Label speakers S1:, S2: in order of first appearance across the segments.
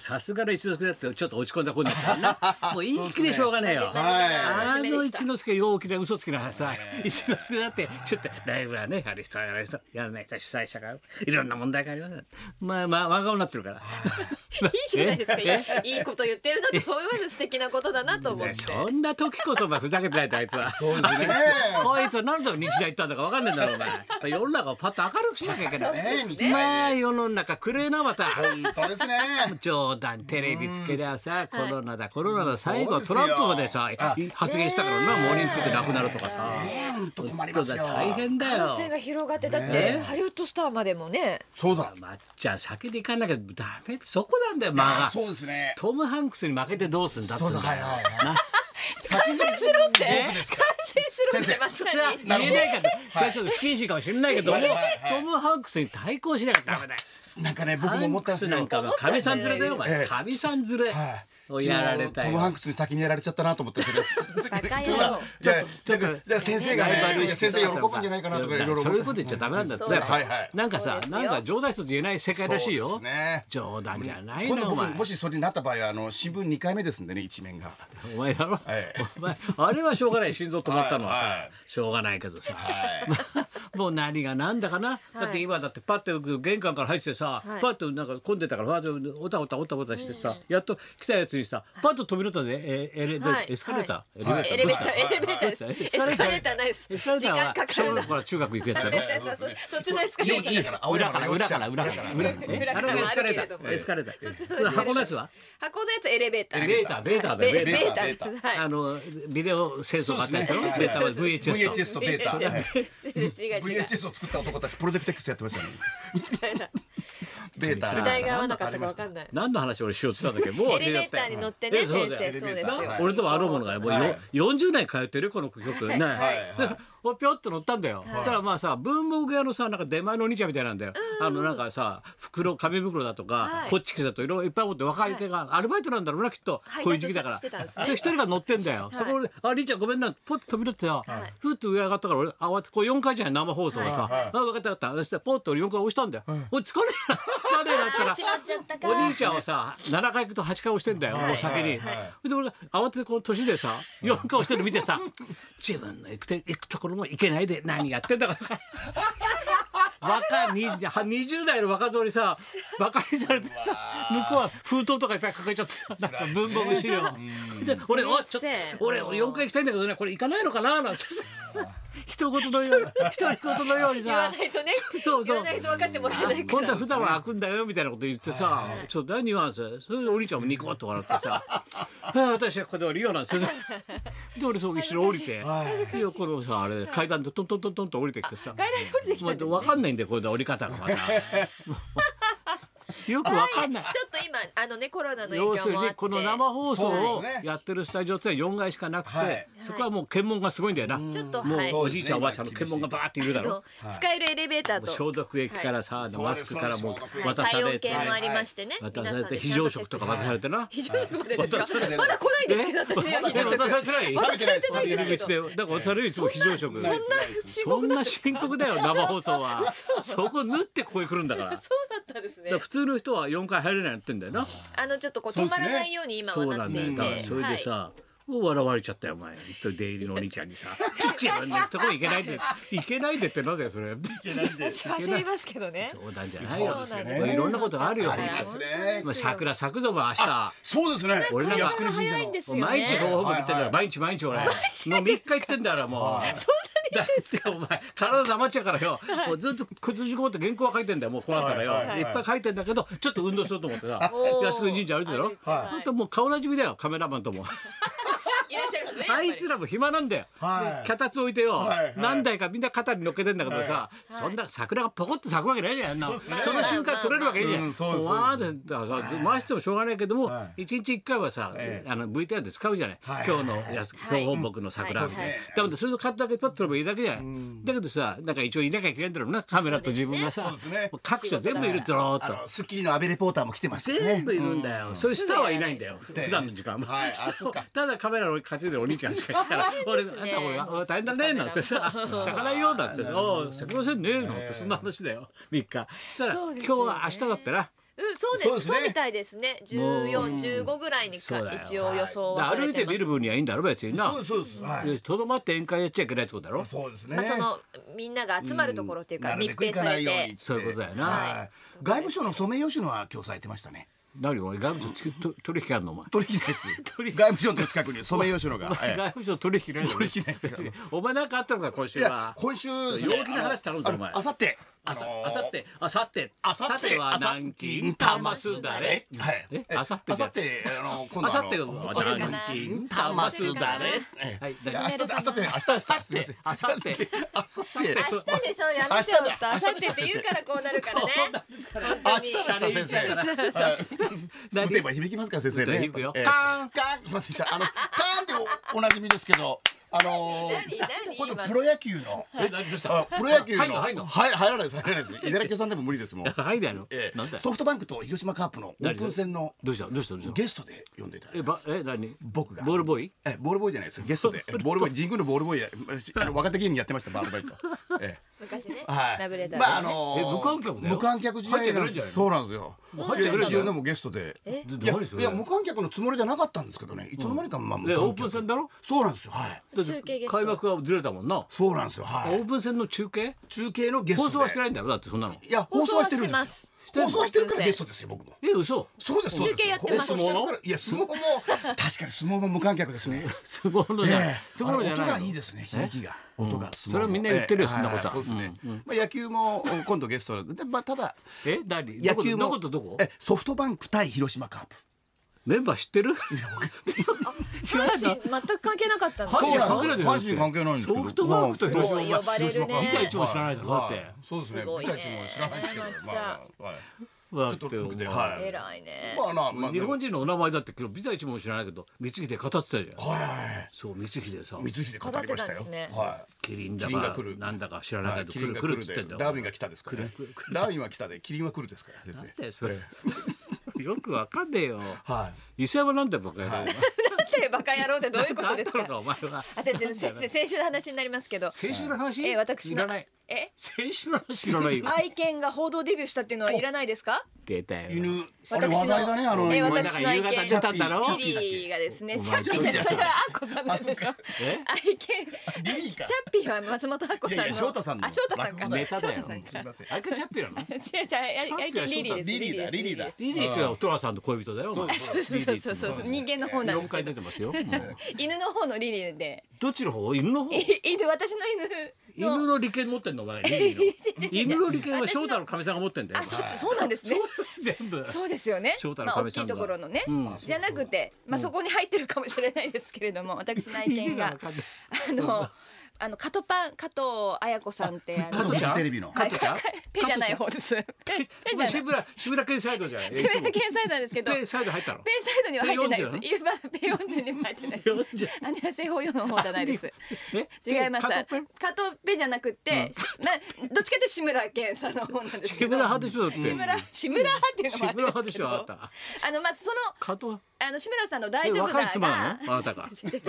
S1: さすがの一之輔だってちょっと落ち込んだ子になった からなもういい気でしょうがねえよ、
S2: そうですね
S1: あ
S2: 真面目
S1: の
S2: でした
S1: 一之輔陽気な嘘つきなさ一之輔だってちょっとライブはねあれ人やられ人やらない人主催者がいろんな問題がありますまあまあ若顔になってるから
S2: いいじゃないですかいいいいこと言ってるなと思います素敵なことだなと思って
S1: そんな時こそお前ふざけてないとあいつは。
S3: そうですね
S1: こいつは何のために日大行ったんだか分かんないんだろうお前。世の中をパッと明るくしなきゃいけない。
S3: ね日
S1: まあ世の中くれえなまた。
S3: 本当ですね
S1: 冗談テレビつけりゃさコロナだコロナだ最後はトランプまでさ
S3: あ
S1: 発言したからなもうオリンピックなくなるとかさ
S3: え本当困り
S1: そ
S3: ま
S1: うだ
S3: すよ
S1: 大変だよ
S2: 感染が広がってだってハリウッドスターまでもね
S3: そうだ
S1: まっちゃん先に行かなきゃダメそこなんだよ間が
S3: そうですね
S1: トム・ハンクスに負けてどうすんだっつう
S3: そ
S1: ん
S3: う
S1: だ
S3: だ
S1: よ
S3: はいはいはい
S1: な
S2: 感染しろって感染しろっ
S3: 先
S2: て
S3: 生
S2: まし
S1: それは
S2: たに
S1: 言えないかそれはちょっと不謹慎かもしれないけども
S3: はいはいはい
S1: トム・ハンクスに対抗しなきゃダメだよ
S3: なんかね僕
S1: ハ
S3: も思
S1: ン
S3: った
S1: ク
S3: んです
S1: ス
S3: よ
S1: なんかはかみさん連れだよお
S3: え
S1: 前
S3: え
S1: かみさん連れ
S3: はい
S1: をやられたよ
S3: 昨日トムハンクスに先にやられちゃったなと思ってそれ。
S2: バカ野郎
S3: ちょっとな
S1: ちょっと
S3: いやだからだから先生がね
S1: ライバル意識
S3: 先生喜ぶんじゃないかなとかいろいろ思って
S1: そういうこと言っちゃダメなんだって
S2: そうだ
S3: はいはい
S1: なんか
S2: そ
S1: さ
S2: うですよ
S1: なんか冗談一つ言えない世界らしい
S3: そ
S1: よ
S3: うですね
S1: 冗談じゃない
S3: 今
S1: な
S3: 度
S1: お
S3: 僕
S1: 前
S3: もしそれになった場合はあの新聞二回目ですんでね一面が。
S1: お前だろ
S3: ええ
S1: お前あれはしょうがない心臓止まったのは
S3: はい
S1: さ
S3: はい
S1: しょうがないけ どさ
S3: はい。
S1: もう何が何だかな、だって今だってパッと玄関から入ってさ、
S2: はい
S1: パッとなんか混んでたからパッとおたおたおたおたしてさ、やっと来たやつにさパッと飛び乗ったで、えーエレベ
S2: はい
S1: エスカレーター、
S3: はい
S2: エレベータ
S1: どうし
S2: ーエレベーターですエスカレーターないです
S1: たエ
S2: 時
S1: スカレーター
S2: 間
S1: は
S2: かか
S1: 小
S2: るな
S1: 学校から中学行くやつだろ
S2: そっちのエスカレーター
S3: だから青
S1: 裏
S3: 山
S1: から
S3: の
S1: 裏から裏
S3: 幼稚園
S1: から裏からえ
S2: 裏
S1: あ
S2: から
S1: れがエスカレー
S2: あるけれど
S1: タ
S2: も
S1: ーエスカレータ
S2: そっち
S1: ー
S2: の
S1: 箱のやつは
S2: 箱のやつエレベーター
S1: ベータベータだよ
S2: ベ
S1: ベ
S2: ベ
S1: ー
S2: ー
S1: タ
S2: タ
S3: ベータ
S2: ですはい
S1: あのビデオ清掃があったやつだろ
S3: そうですね
S1: ベータは
S3: はい
S1: VHS と
S3: VHS とベータ。はい
S2: 違う違う
S3: VHS を作った男たちプロジェクト X やってましたよね。
S2: みたいな
S3: ベータ。
S2: 時代が合わなかったかわかんない
S1: 何の話を俺しようって言ったんだっけどもう忘
S2: エ
S1: れち
S2: レベ
S1: ゃっ
S2: ータ
S1: たよ
S2: ーに乗ってね
S1: えそう
S2: 先
S1: だよ
S2: 生そうです
S1: な
S2: よ
S1: 俺ともあろうものがもうよ、
S3: はい
S1: 40年通ってるよこの曲ね、
S2: はい
S1: で おぴょっと乗ったんだよ、そしたらまあさ文房具屋のさなんか出前のお兄ちゃんみたいなんだよ、あのなんかさ袋紙袋だとか、
S2: はい
S1: ホッチキスだといろいろいっぱい持って若い手が、アルバイトなんだろうなきっと、
S2: はい
S1: こういう時期だから
S2: してたんですね
S1: で一人が乗ってんだよ、
S2: い
S1: そこで「あ兄ちゃんごめんな」ポッと飛び出てさ、
S2: はい
S1: ふーっと上上がったから俺慌てこう4回じゃない生放送でさ「
S3: はいはい
S1: あ分かった分かった」そしたらポッと俺4回押したんだよ「おい疲れな 疲れな」って言ったら
S2: まっちゃった
S1: お兄ちゃんはさ7回行くと8回押してんだよ、もう先に、
S3: はい
S1: で俺が慌ててこの年でさ4回押してるの見てさ自分の行くて行くところも行けないで何やってんだか若いに20代の若造にさバカにされてさ向こうは封筒とかいっぱい抱えちゃってさなんか文房具資料で俺おちょっと俺4回行きたいんだけどねこれ行かないのかななんてさ 一言のように一言のようにさ
S2: 言わないとね
S1: そうそ
S2: 言
S1: う
S2: わないと分かってもらえないか
S1: 本当
S2: ら
S1: は普段は開くんだよみたいなこと言ってさ、ちょっと何ニュアンスそれでお兄ちゃんもニコッと笑ってさ「 ああ私はここで降りよう」なんですよで俺そう後ろ降りて
S3: はい
S1: でこのさあれ階段でトントントントンと降りてきてさ
S2: 外来降りてきた
S1: まあ
S2: んですね
S1: 分かんないんだよこれで降り方がまたよく分かんない
S2: ちょっと今あのねコロナの影
S1: 要す
S2: 響
S1: る
S2: もあっ
S1: に
S2: て
S1: この生放送
S3: そう
S1: を
S3: ですね
S1: やってるスタジオってのは4階しかなくて、
S3: はい
S1: そこはもう検問がすごいんだよな、
S2: ちょっと
S1: もう
S2: はい
S1: おじいちゃんおばあちゃんの検問がバーっているだ
S2: あ
S1: ろ
S2: の使えるエレベーター
S1: もう消
S2: と
S1: 毒液からさ、
S3: い
S1: マスクからも
S3: そうですそうです
S1: 渡さ
S2: 体
S1: れ
S2: 温
S1: て、
S2: 計もありましてね
S1: 渡
S2: 皆
S1: さ
S2: さ
S1: れ
S2: んで
S1: て
S2: ち
S1: 非
S2: ゃんと
S1: 常
S2: チェ
S1: 食
S2: ック
S1: と
S2: して
S1: か渡されてな。
S2: 非常食までですか
S3: 渡されてない
S2: まだ来ないですけど私には非常食
S1: 渡されてない。
S2: 渡されてない
S1: 入
S2: ですけ
S1: り口
S2: ど
S1: で、だから渡るいも非常食。
S2: そんな深
S1: そ
S2: 刻
S1: ん
S2: な
S1: な深刻だよ生放送は。そこ縫ってここへ来るんだから。だか
S2: そうだったんですね
S1: ら普通の人は4回入れないようになってんだよな。
S2: あのちょっとこう
S3: そう
S2: 止
S3: です
S2: ま
S3: ね
S2: らないように今
S1: そ
S2: は
S1: う
S2: な
S1: な
S2: っ
S1: ん
S2: て
S1: だ
S2: い
S1: よ。だか
S2: て
S1: らそれでさ。もう笑われちゃったよお前出入りのお兄ちゃんにさ「自分の行くとこ行けないで行けないで」ってなんだよそれ
S2: はい私焦りますけどね
S1: 冗談じゃないよ
S2: そうなんです
S1: もういろんなことあるよ
S2: あ
S1: 本
S2: り
S1: 当
S2: ま
S1: に
S2: す
S3: ね
S1: まあ桜咲くぞもう明日
S3: そうですね。
S1: 俺なんか
S3: 靖国神社
S2: 早い
S3: の
S2: んですよね
S1: 毎日ご報告言ってんだ
S3: は
S1: よ
S3: い
S1: 毎日毎日俺もう3日行ってんだからもう
S2: そんなに
S1: だってお前体黙っちゃうからよもうずっと屈辱持って原稿は書いてんだよもうこうなったらよ
S3: はい
S2: はい
S1: いっぱい書いてんだけどちょっと運動しようと思ってさ
S2: おー
S1: 靖国神社歩いてたろ
S2: 歩いてたはい
S1: ほんともう顔なじみだよカメラマンとも
S2: いらっしゃるのねやっぱ
S1: あ
S2: り
S1: いつらも暇なんだよ
S3: はい
S1: 脚立置いてよ
S3: はいはい
S1: 何台かみんな肩に乗っけてんだけどさそんな桜がポコッと咲くわけないじゃんあんな
S3: そうっすね
S1: その瞬間取れるわけないじゃん
S3: う
S1: も
S3: んそうで
S1: う
S3: す
S1: わーってだからさ回してもしょうがないけども
S3: はい
S1: 一日一回はさ
S3: ええ
S1: あの VTR で使うじゃない
S3: はい
S1: 今日のやつ
S2: はい
S1: 標本木の桜
S2: は
S1: だか
S2: いそうで
S3: ね
S2: す
S1: らそれと買っただけパッと取ればいいだけじゃないだけどさなんか一応いなきゃいけないんだろうなカメラと自分がさ
S3: そうですね
S1: もう各社全部いるだろう
S3: あ
S1: と。
S3: のスッキリの阿部レポーターも来てましたよね。
S1: 全部いるんだよ。そういうスターはいないんだよ。普段の時間も。
S3: はいあ
S1: スターは
S3: そうか
S1: ただカメラを担いでるお兄ちゃんしかいない から。俺、あんた俺あ大変だねなんてさ、逆らいようなんてさ、ああ、逆らせんねなんてそんな話だよ。3日。したら
S2: そ
S1: 今
S2: うです
S1: 日
S2: よね
S1: は明日だってな。
S2: うん、そうで
S3: そ
S2: す。そうう
S3: ですね
S2: みたいですね。十
S1: う
S2: 四、十五ぐらいに
S1: そう
S2: か
S1: だよ
S2: 一応予想は
S1: だ
S2: さ
S1: から歩
S2: れ
S1: い
S2: て
S1: て
S2: ま
S1: 見
S2: す
S1: る。分にはいいんだろ別にな
S3: そうですそうですはい
S1: でとどまって宴会やっちゃいけないってことだろ
S3: そうですね
S2: まあそのみんなが集まるところっていうか
S3: なるべ
S2: 密
S3: く
S2: 閉
S3: 行か
S2: さ
S3: な
S2: れ
S3: いように
S2: て
S3: って。
S1: そういうことだよな
S3: はい外務省のソメイヨシノは今日咲いてましたね
S1: 何お前外務省つきと取引あんのお前
S3: 取引ないです 外務省の近くにソメイヨシ ノがはい
S1: 外務省取引ないの
S3: 取引ないですよ
S1: お前なんかあったのか今週
S3: いや
S1: は
S3: 今週陽
S1: 陽気な話頼んだお前
S3: あさって
S1: あさあさってあさって
S3: あさって
S1: は南京玉すだれ
S3: はい
S1: えあさって
S3: あさってあの今度
S1: あさって
S3: あ
S1: は
S3: の
S1: 南京玉すだれはい
S3: いや
S1: あさ
S3: 明日だ明日だ明日ですかすみません
S1: あさって
S3: 明後日
S2: 明日でしょやめちゃうと明後日って言うからこうなるからね。
S3: 明日ですか先生は
S2: 本当に
S3: い
S1: 何
S3: 打てば響きますから先生ね
S1: 響くよ
S3: ええ
S1: カーン
S3: カーンすいませんあのカーンでおおなじみですけどあの
S2: 何何
S3: 今度
S2: 今
S3: プロ野球の
S1: え何どうし
S3: あ
S1: た
S3: プロ野球の
S1: 入んの入んの
S3: はい入らないです入らないです稲田さんでも無理ですもん
S1: はいだろ
S3: ええ
S1: なんだよ
S3: ソフトバンクと広島カープのオープン戦の
S1: どうしたどうしたどうした
S3: ゲストで呼んでいただいて
S1: えばえ何
S3: 僕が
S1: ボールボーイ
S3: えボールボーイじゃないですよゲストでえボールボーイ神宮のボールボーイやえしあの若手芸人やってましたバール バイト、え
S2: 昔ね
S3: え、はい
S2: ラブレタ
S3: まああ
S2: ーでね。
S3: のー
S1: え無観客だよ
S3: 無観客時代
S1: 入ってく
S3: なん
S1: れんじ
S3: で
S1: ゃない
S3: す
S1: の
S3: そうなんですよ
S1: 入ってくれんじゃないの
S3: いやでもゲストで
S2: え
S1: で
S3: いや
S1: 何それ
S3: いや無観客のつもりじゃなかったんですけどねいつの間にかまあ無
S1: え
S3: 観客
S1: オープン戦だろ
S3: そうなんですよはい
S1: だっ
S2: 中継
S1: て
S2: ゲスト
S1: 開幕がずれたもんな
S3: そうなんですよ
S1: オ
S3: は
S1: ー
S3: い
S1: プン戦の中継
S3: 中継のゲストで
S1: 放送はしてないんだよだってそんなの
S3: いや放送はしてるんで
S2: 放送はしますす
S3: よ放送はしてるからゲストですよ僕も
S1: え嘘
S3: そうですそうです
S2: 中継やってます
S3: 放送してるからいや相撲も確かに相撲も無観客ですね
S1: 相撲のじゃない
S3: ええ
S1: 相撲のじゃないの
S3: あの音がいいですね響きが音がすごい
S1: それはみんな言ってるよそんなことは
S3: ええはいそうですねまあ野球もお今度ゲストででまあただ
S1: え何
S3: 野球も
S1: どことどこどこ
S3: えソフトバンク対広島カープ
S1: メンバー知ってる
S2: 阪神全く関係なかったの。
S1: 阪神
S3: そうな
S1: 関
S3: ん
S1: 係ない
S3: で
S1: だ
S3: す
S1: ろ
S3: 阪神関係ないんですけど
S1: ソフトバンクと広島
S2: そう呼ばれるね
S1: 見た一も知らないだろだっ
S3: は
S1: て
S3: いそうですね
S2: すご
S3: 見
S2: いね
S3: た一も知らないですけどまあまあはい
S1: だっ
S3: ちょ
S1: て
S3: っと僕で
S1: お前
S3: はい
S2: 偉いね。
S3: まあなまあ
S1: 日本人のお名前だって昨日ビザ一も知らないけど光秀語ってたじゃん
S3: はいはいはい
S1: そう光秀さ
S3: 光秀語りました
S2: 語ってたんで
S3: よ
S2: すね
S3: は
S1: キリンだ
S3: キリンが
S1: か
S3: 来る
S1: なんだか知ら
S3: い
S1: な
S3: はいい
S1: け
S3: キ
S1: ど
S3: リン
S1: 来
S3: が
S1: る来る
S3: 来る
S1: っつって
S3: で
S1: んだ
S3: ダーウィン
S1: ン
S3: が来たですからねダーウィンは来たでキリンは来るですからですね
S1: それ よくわかんねえよ
S3: はい
S1: 伊勢山なんだよバカ野郎
S2: なんてバカ野郎ってどういうこ
S1: な
S2: と
S1: ん
S2: で
S1: だ
S2: す
S1: ろう
S2: か。
S1: なお前は
S2: あ、じゃ先生先週の話になりますけど、
S1: 先週の話
S2: えー私
S1: い
S2: の
S1: らない
S2: え、
S1: 先週の話いらないよ
S2: 愛犬が報道デビューしたっていうのはいらないですか？
S1: 出たよ
S3: 犬あれ
S2: 私
S3: 話
S2: の
S3: 題だねあの
S2: えー
S1: お前
S2: 私の愛
S1: 夕
S2: 犬
S1: 方出たんだろ
S2: キリーがですね、
S1: お
S2: チャ
S1: 前
S2: ッピー
S1: 一人だ
S2: が
S1: よ
S2: それはアッコさんなんでしょ。
S1: え
S2: 愛犬
S3: リリー
S2: チ
S3: か
S2: ャッピーは松本アッコさん
S3: い
S2: の。
S3: やいや翔太さんの
S2: あ、翔太さんか。
S3: 落語だ
S1: ネタだよ
S2: 翔太さんか。
S3: すいません
S1: あいかチャッピー なの
S2: 違う違う、愛犬リリーです。
S3: リリーだ
S2: です
S3: リリーだ
S2: です
S1: リリーってのはお父さんと恋人だよお前
S2: そうそうそうそうそう人間の方なん
S1: 4
S2: ですけ
S1: 回
S2: ど
S1: 出てますよもう
S2: 犬の方のリリーで
S1: どっちの方犬の方
S2: い犬私の犬の
S1: 犬の利権持ってんのお 前リリーの犬の利権は
S2: 私の
S1: 翔太の神さんが持ってんだよ
S2: あそっちそうなんですね
S1: 全部
S2: そうですよね
S1: 翔太の
S2: まあ大
S1: 亀
S2: き
S1: さん
S2: い
S1: だ
S2: ところのね、
S1: うん
S2: じゃなくてまあそこに入ってるかもしれないですけれども私の愛犬があのあのカトパン加藤綾子さんってあ
S1: 加
S2: の
S1: 藤ちゃん
S3: テレビの
S1: 加藤ちゃん
S2: ペじゃない方ですペペ
S1: お前志村志村けんサイドじ ゃん
S2: ペ
S1: いつも
S2: 検査なんですけど
S1: ペ
S2: ペ
S1: サイド入ったの
S2: サイドには入ってないです今ペヨンジュにも入ってないです
S1: 40
S2: あれは西方用の方じゃないです
S1: え
S2: 違います。
S1: 加
S2: 加
S1: 藤
S2: 藤ペじゃなくて、まどっちかって志村けんさんの方なんです
S1: 志
S2: け
S1: 村
S2: ど。
S1: 派でしょだって
S2: 志村志村派っていうのもあ
S1: 志村
S2: るん
S1: 派
S2: で
S1: ですし
S2: け
S1: ょ
S2: ど。
S1: あなた
S2: あのまずその
S1: 加藤
S2: あの志村さんの大丈夫
S1: え若い
S2: だ
S1: 妻な
S2: が
S1: のあなたが
S2: 違う違う違う違う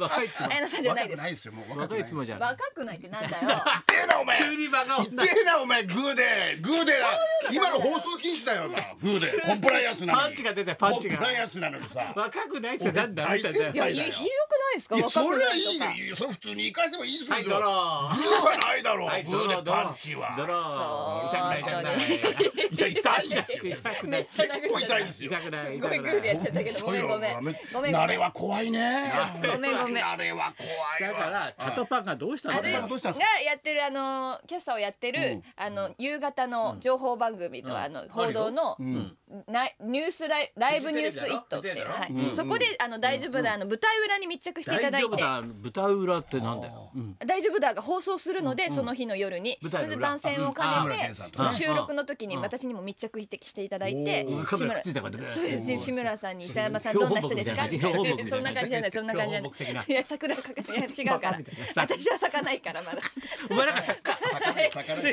S1: 若い妻
S2: 綾菜さんじゃない
S3: 若く
S2: で。
S3: ないですすよもう
S1: 若い妻じゃん
S2: 若くないってなんだ よ。
S3: てえなお前
S1: 急にバカ女
S3: 言ってえなお前グーでグーでな今の放送禁止だよなグー でコンプライアンスなのに
S1: パンチが出てパンチが
S3: コンプライアンスなのにさ
S1: 若くないってなんだ
S3: 俺大先
S2: い
S3: 輩
S2: や
S3: だよ
S2: いやひどくないですか。
S3: いやそ
S2: 若く
S3: れは
S2: ないい
S3: い
S2: とか。
S3: ねいやそれ普通に言い返せばいいです
S1: は
S3: け
S1: い
S3: ど
S1: ドロー
S3: グーはないだろう
S1: はい
S3: グ
S1: ドロー
S3: ーで
S1: ドロ
S3: パン
S1: ー
S3: チ
S1: ドロ
S3: は
S1: ー痛くない痛くない
S3: いや痛いですよ
S1: 痛くな
S2: めっ
S1: い
S2: ちゃ殴っ
S3: 結構
S2: ちゃ
S3: 痛いで
S2: った。
S3: すすよ
S1: 痛くない痛
S2: ごい
S1: く
S2: グ
S1: な
S2: ーでや
S1: い
S2: っちゃったけどごめんごめんごめんごめん。
S3: 慣れは怖いね
S2: ごめんごめん
S3: 慣れは怖い
S1: だ
S3: わ
S1: からチャトパンがどうした
S2: あ
S1: んだ
S2: れ
S1: よ
S2: が
S3: どうしたんです
S2: やってるあのキャスターをやってる、あの夕方の情報番組の、あの報道の、なニュースライライブニュースイットって
S1: フジテレビだろ
S2: はいそこであの大丈夫だ、あの舞台裏に密着してい
S1: 大
S2: ただい
S1: 丈
S2: て
S1: 夫だ舞台裏ってなんだようん
S2: 大丈夫だが放送するので、その日の夜に
S1: 舞台の裏
S2: それで番宣を兼
S3: うん志村
S2: ね
S3: け
S2: て
S3: んさん、と
S2: そ
S3: ね
S2: の収録の時に私にも密着してしていただいて、
S3: お
S1: カメラ
S2: 志村
S1: くっついたからね
S2: そうです志村さんに石山さんどんな人ですか
S1: 標本木みたいな
S2: そんな感じじゃないそんな感じじゃ
S1: 標本木的な
S2: ないいや桜かかいや違うか
S1: バカ
S2: ら
S1: みたいな
S2: 私は咲かないから まだ。
S1: お前なんかさ
S3: 魚魚
S2: 咲 くわ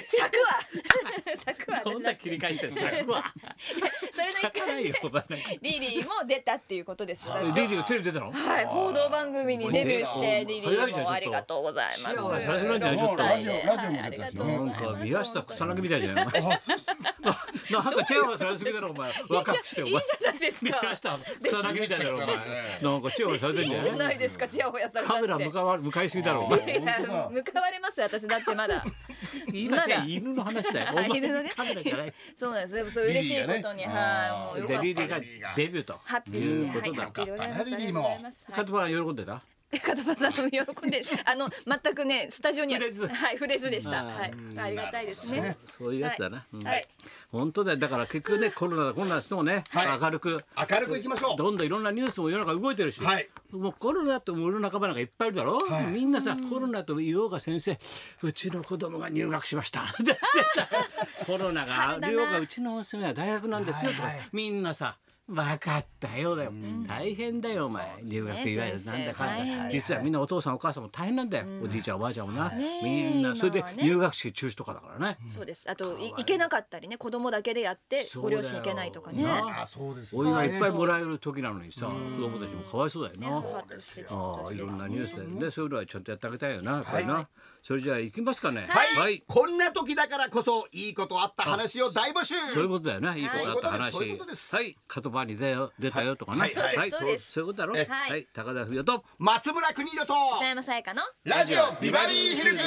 S2: 咲くわ
S1: どんな切り返してんのさ
S2: それの一
S1: 咲かない
S2: 回
S1: よお前なんか
S2: リリーも出たっていうことです
S1: リリーがテレビ出たの
S2: はい報道番組にデビューしてリリーもありがとうございます。
S1: 幸せされてないんじゃないちょっと
S2: 六歳で
S3: ラジオラジオも出たしね
S2: はいありがとうご
S1: な
S2: ざい
S1: ん
S2: ます
S1: か宮下草薙みたいじゃないのななんかチェアがされすぎだろお前若くしてお
S2: いいじ
S1: 前
S2: ゃないですか。
S1: 宮下草薙みたいだろお前
S3: 別に
S1: なんかチェアがされてん
S2: いい
S1: じ
S2: じ
S1: ゃ
S2: ゃ
S1: ない
S2: ないですか。ちやほやされた
S1: カ
S2: って。
S1: メラ向かわ向かいすぎだろお前
S2: いや向かわれます私だってまだ。
S1: 今じゃ犬の話 だよお前
S2: 犬のね
S1: カメラじ ゃない
S2: そうなんです。でもそう嬉しいことに、
S3: リリーがねあ
S2: は
S3: ー
S2: い、もうよ
S1: デ
S2: かっ
S1: ビュー
S2: た
S1: でが
S2: です。
S1: デビューと
S2: ハッピ
S1: いう
S2: ー
S1: こと
S2: はい、
S1: だ
S2: ハッピーでございます。
S3: よかったね
S2: ありがとうご
S1: 加藤
S2: ざいます。
S1: は喜んでた
S2: 加藤さんも喜んで、あの全くねスタジオには
S1: 触れず
S2: はい触れずでした。
S1: あー
S2: はい、ありがたいですね。
S1: そういうやつだなうん
S2: はい、
S1: 本当だよだから結局ねコロナだコロナだしてもね
S3: はい
S1: 明るく
S3: 明るくいきましょう
S1: どんどんいろんなニュースも世の中動いてるし、
S3: はい
S1: もうコロナって俺の仲間なんかいっぱいいるだろ、
S3: はい
S1: みんなさコロナと言おうが先生うちの子供が入学しました全然 さコロナが
S2: 春だな
S1: りょうがうちの娘は大学なんですよとか、
S3: はいはい
S1: みんなさ分かったよだよ、大変だよお前入学っていわゆる
S2: 先生
S1: なんだかんだ、
S2: 大変だ
S1: 実はみんなお父さんお母さんも大変なんだよ、おじいちゃんおばあちゃんもな、
S2: ねえ
S1: みんなそれで
S2: 今はね
S1: 入学式中止とかだからね、
S2: そうです。あとい行けなかったりね、子供だけでやって
S1: そう
S2: ご
S1: だよ
S2: 両親行けないとかね。
S1: な
S3: あそうですね
S1: お祝いいっぱいもらえる時なのにさ、子供たちもかわいそうだよ
S2: ね
S1: な。
S2: 母として
S1: あ
S2: 父と
S1: あ
S2: し
S1: い
S2: て
S1: ろんなニュースでね、そういうのはちゃんとやってあげたいよな、これな。それじゃあ行きますかね。
S3: はい、こんな時だからこそいいことあった話を大募集
S1: そういうことだよね、いいことあった話。
S3: そういうことです
S1: は
S3: そう
S1: い、カトバに出よ出たよとかね。
S3: はいはい
S2: そうです
S1: そういうことだろ。
S3: え
S1: はい、高田文夫と。
S3: 松村邦洋と
S2: 北山さやかの
S3: ラジオビバリーヒルズ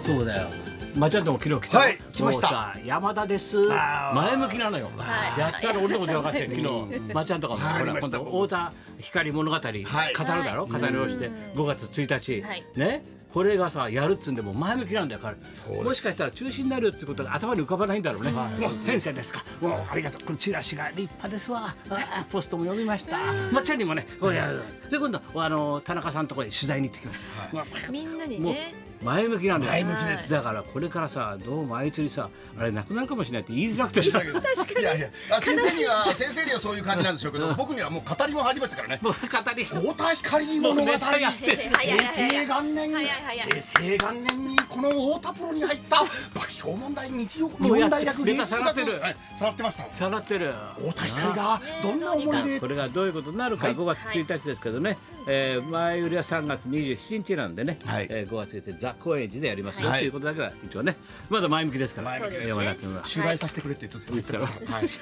S1: そうだよ。まあ、ちゃんとも昨日来た。
S3: はい来ました
S1: もうさ山田です。
S3: あー
S1: 前向きなのよ。
S2: はい
S1: やったら俺のこと分かってる、昨日。まあ、ちゃんとかも、ほ
S3: あり
S1: ら、
S3: まし
S1: 今
S3: た
S1: 度太田光物語、語るだろ、語りをして、5月1日
S2: はい。
S1: ね。これがさやるっつうんでもう前向きなんだよ彼
S3: です
S1: もしかしたら中止になるってことが頭に浮かばないんだろうね、もう先生ですかもうありがとうこのチラシが立派ですわあポストも読みましたまっちゃんにもねこうやるで今度あの田中さんのところに取材に行ってきます、うわ
S2: みんなに
S1: もう
S2: ね。
S1: 前向きなんだよ
S3: 前向きです
S1: だからこれからさどうもあいつにさあれなくなるかもしれないって言いづらくて さ
S3: いやいやあ先生には先生にはそういう感じなんでしょうけど僕にはもう語りも入りましたからね
S1: もう語り
S3: 太田光物語
S1: もうネタや
S3: 平
S1: って
S2: る早い早い
S3: 成元年
S2: 早い早い
S3: 平成元年にこの太田プロに入った爆笑問題日曜日
S1: もうや
S3: 本
S1: って
S3: 大学
S1: ネタさらってる
S3: はいさらってました
S1: さらってる
S3: 太田光がどんな思いで
S1: これがどういうことになるか、5月1日ですけどね、えー前売りは3月27日なんでね、
S3: はい
S1: えー5月1日ザ・高円寺でやりますよ、
S3: はい
S1: ということだけは一応ねまだ前向きですから
S3: 前向きです
S1: 山田君は。
S3: 取材させてくれってずっと言ってたから
S1: はい さ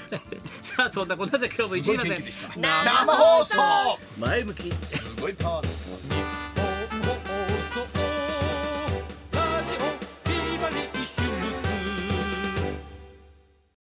S1: あそんなこんなで今日も1位まで
S3: した
S1: な
S3: 生放送
S1: 前向き
S3: すごいパワーです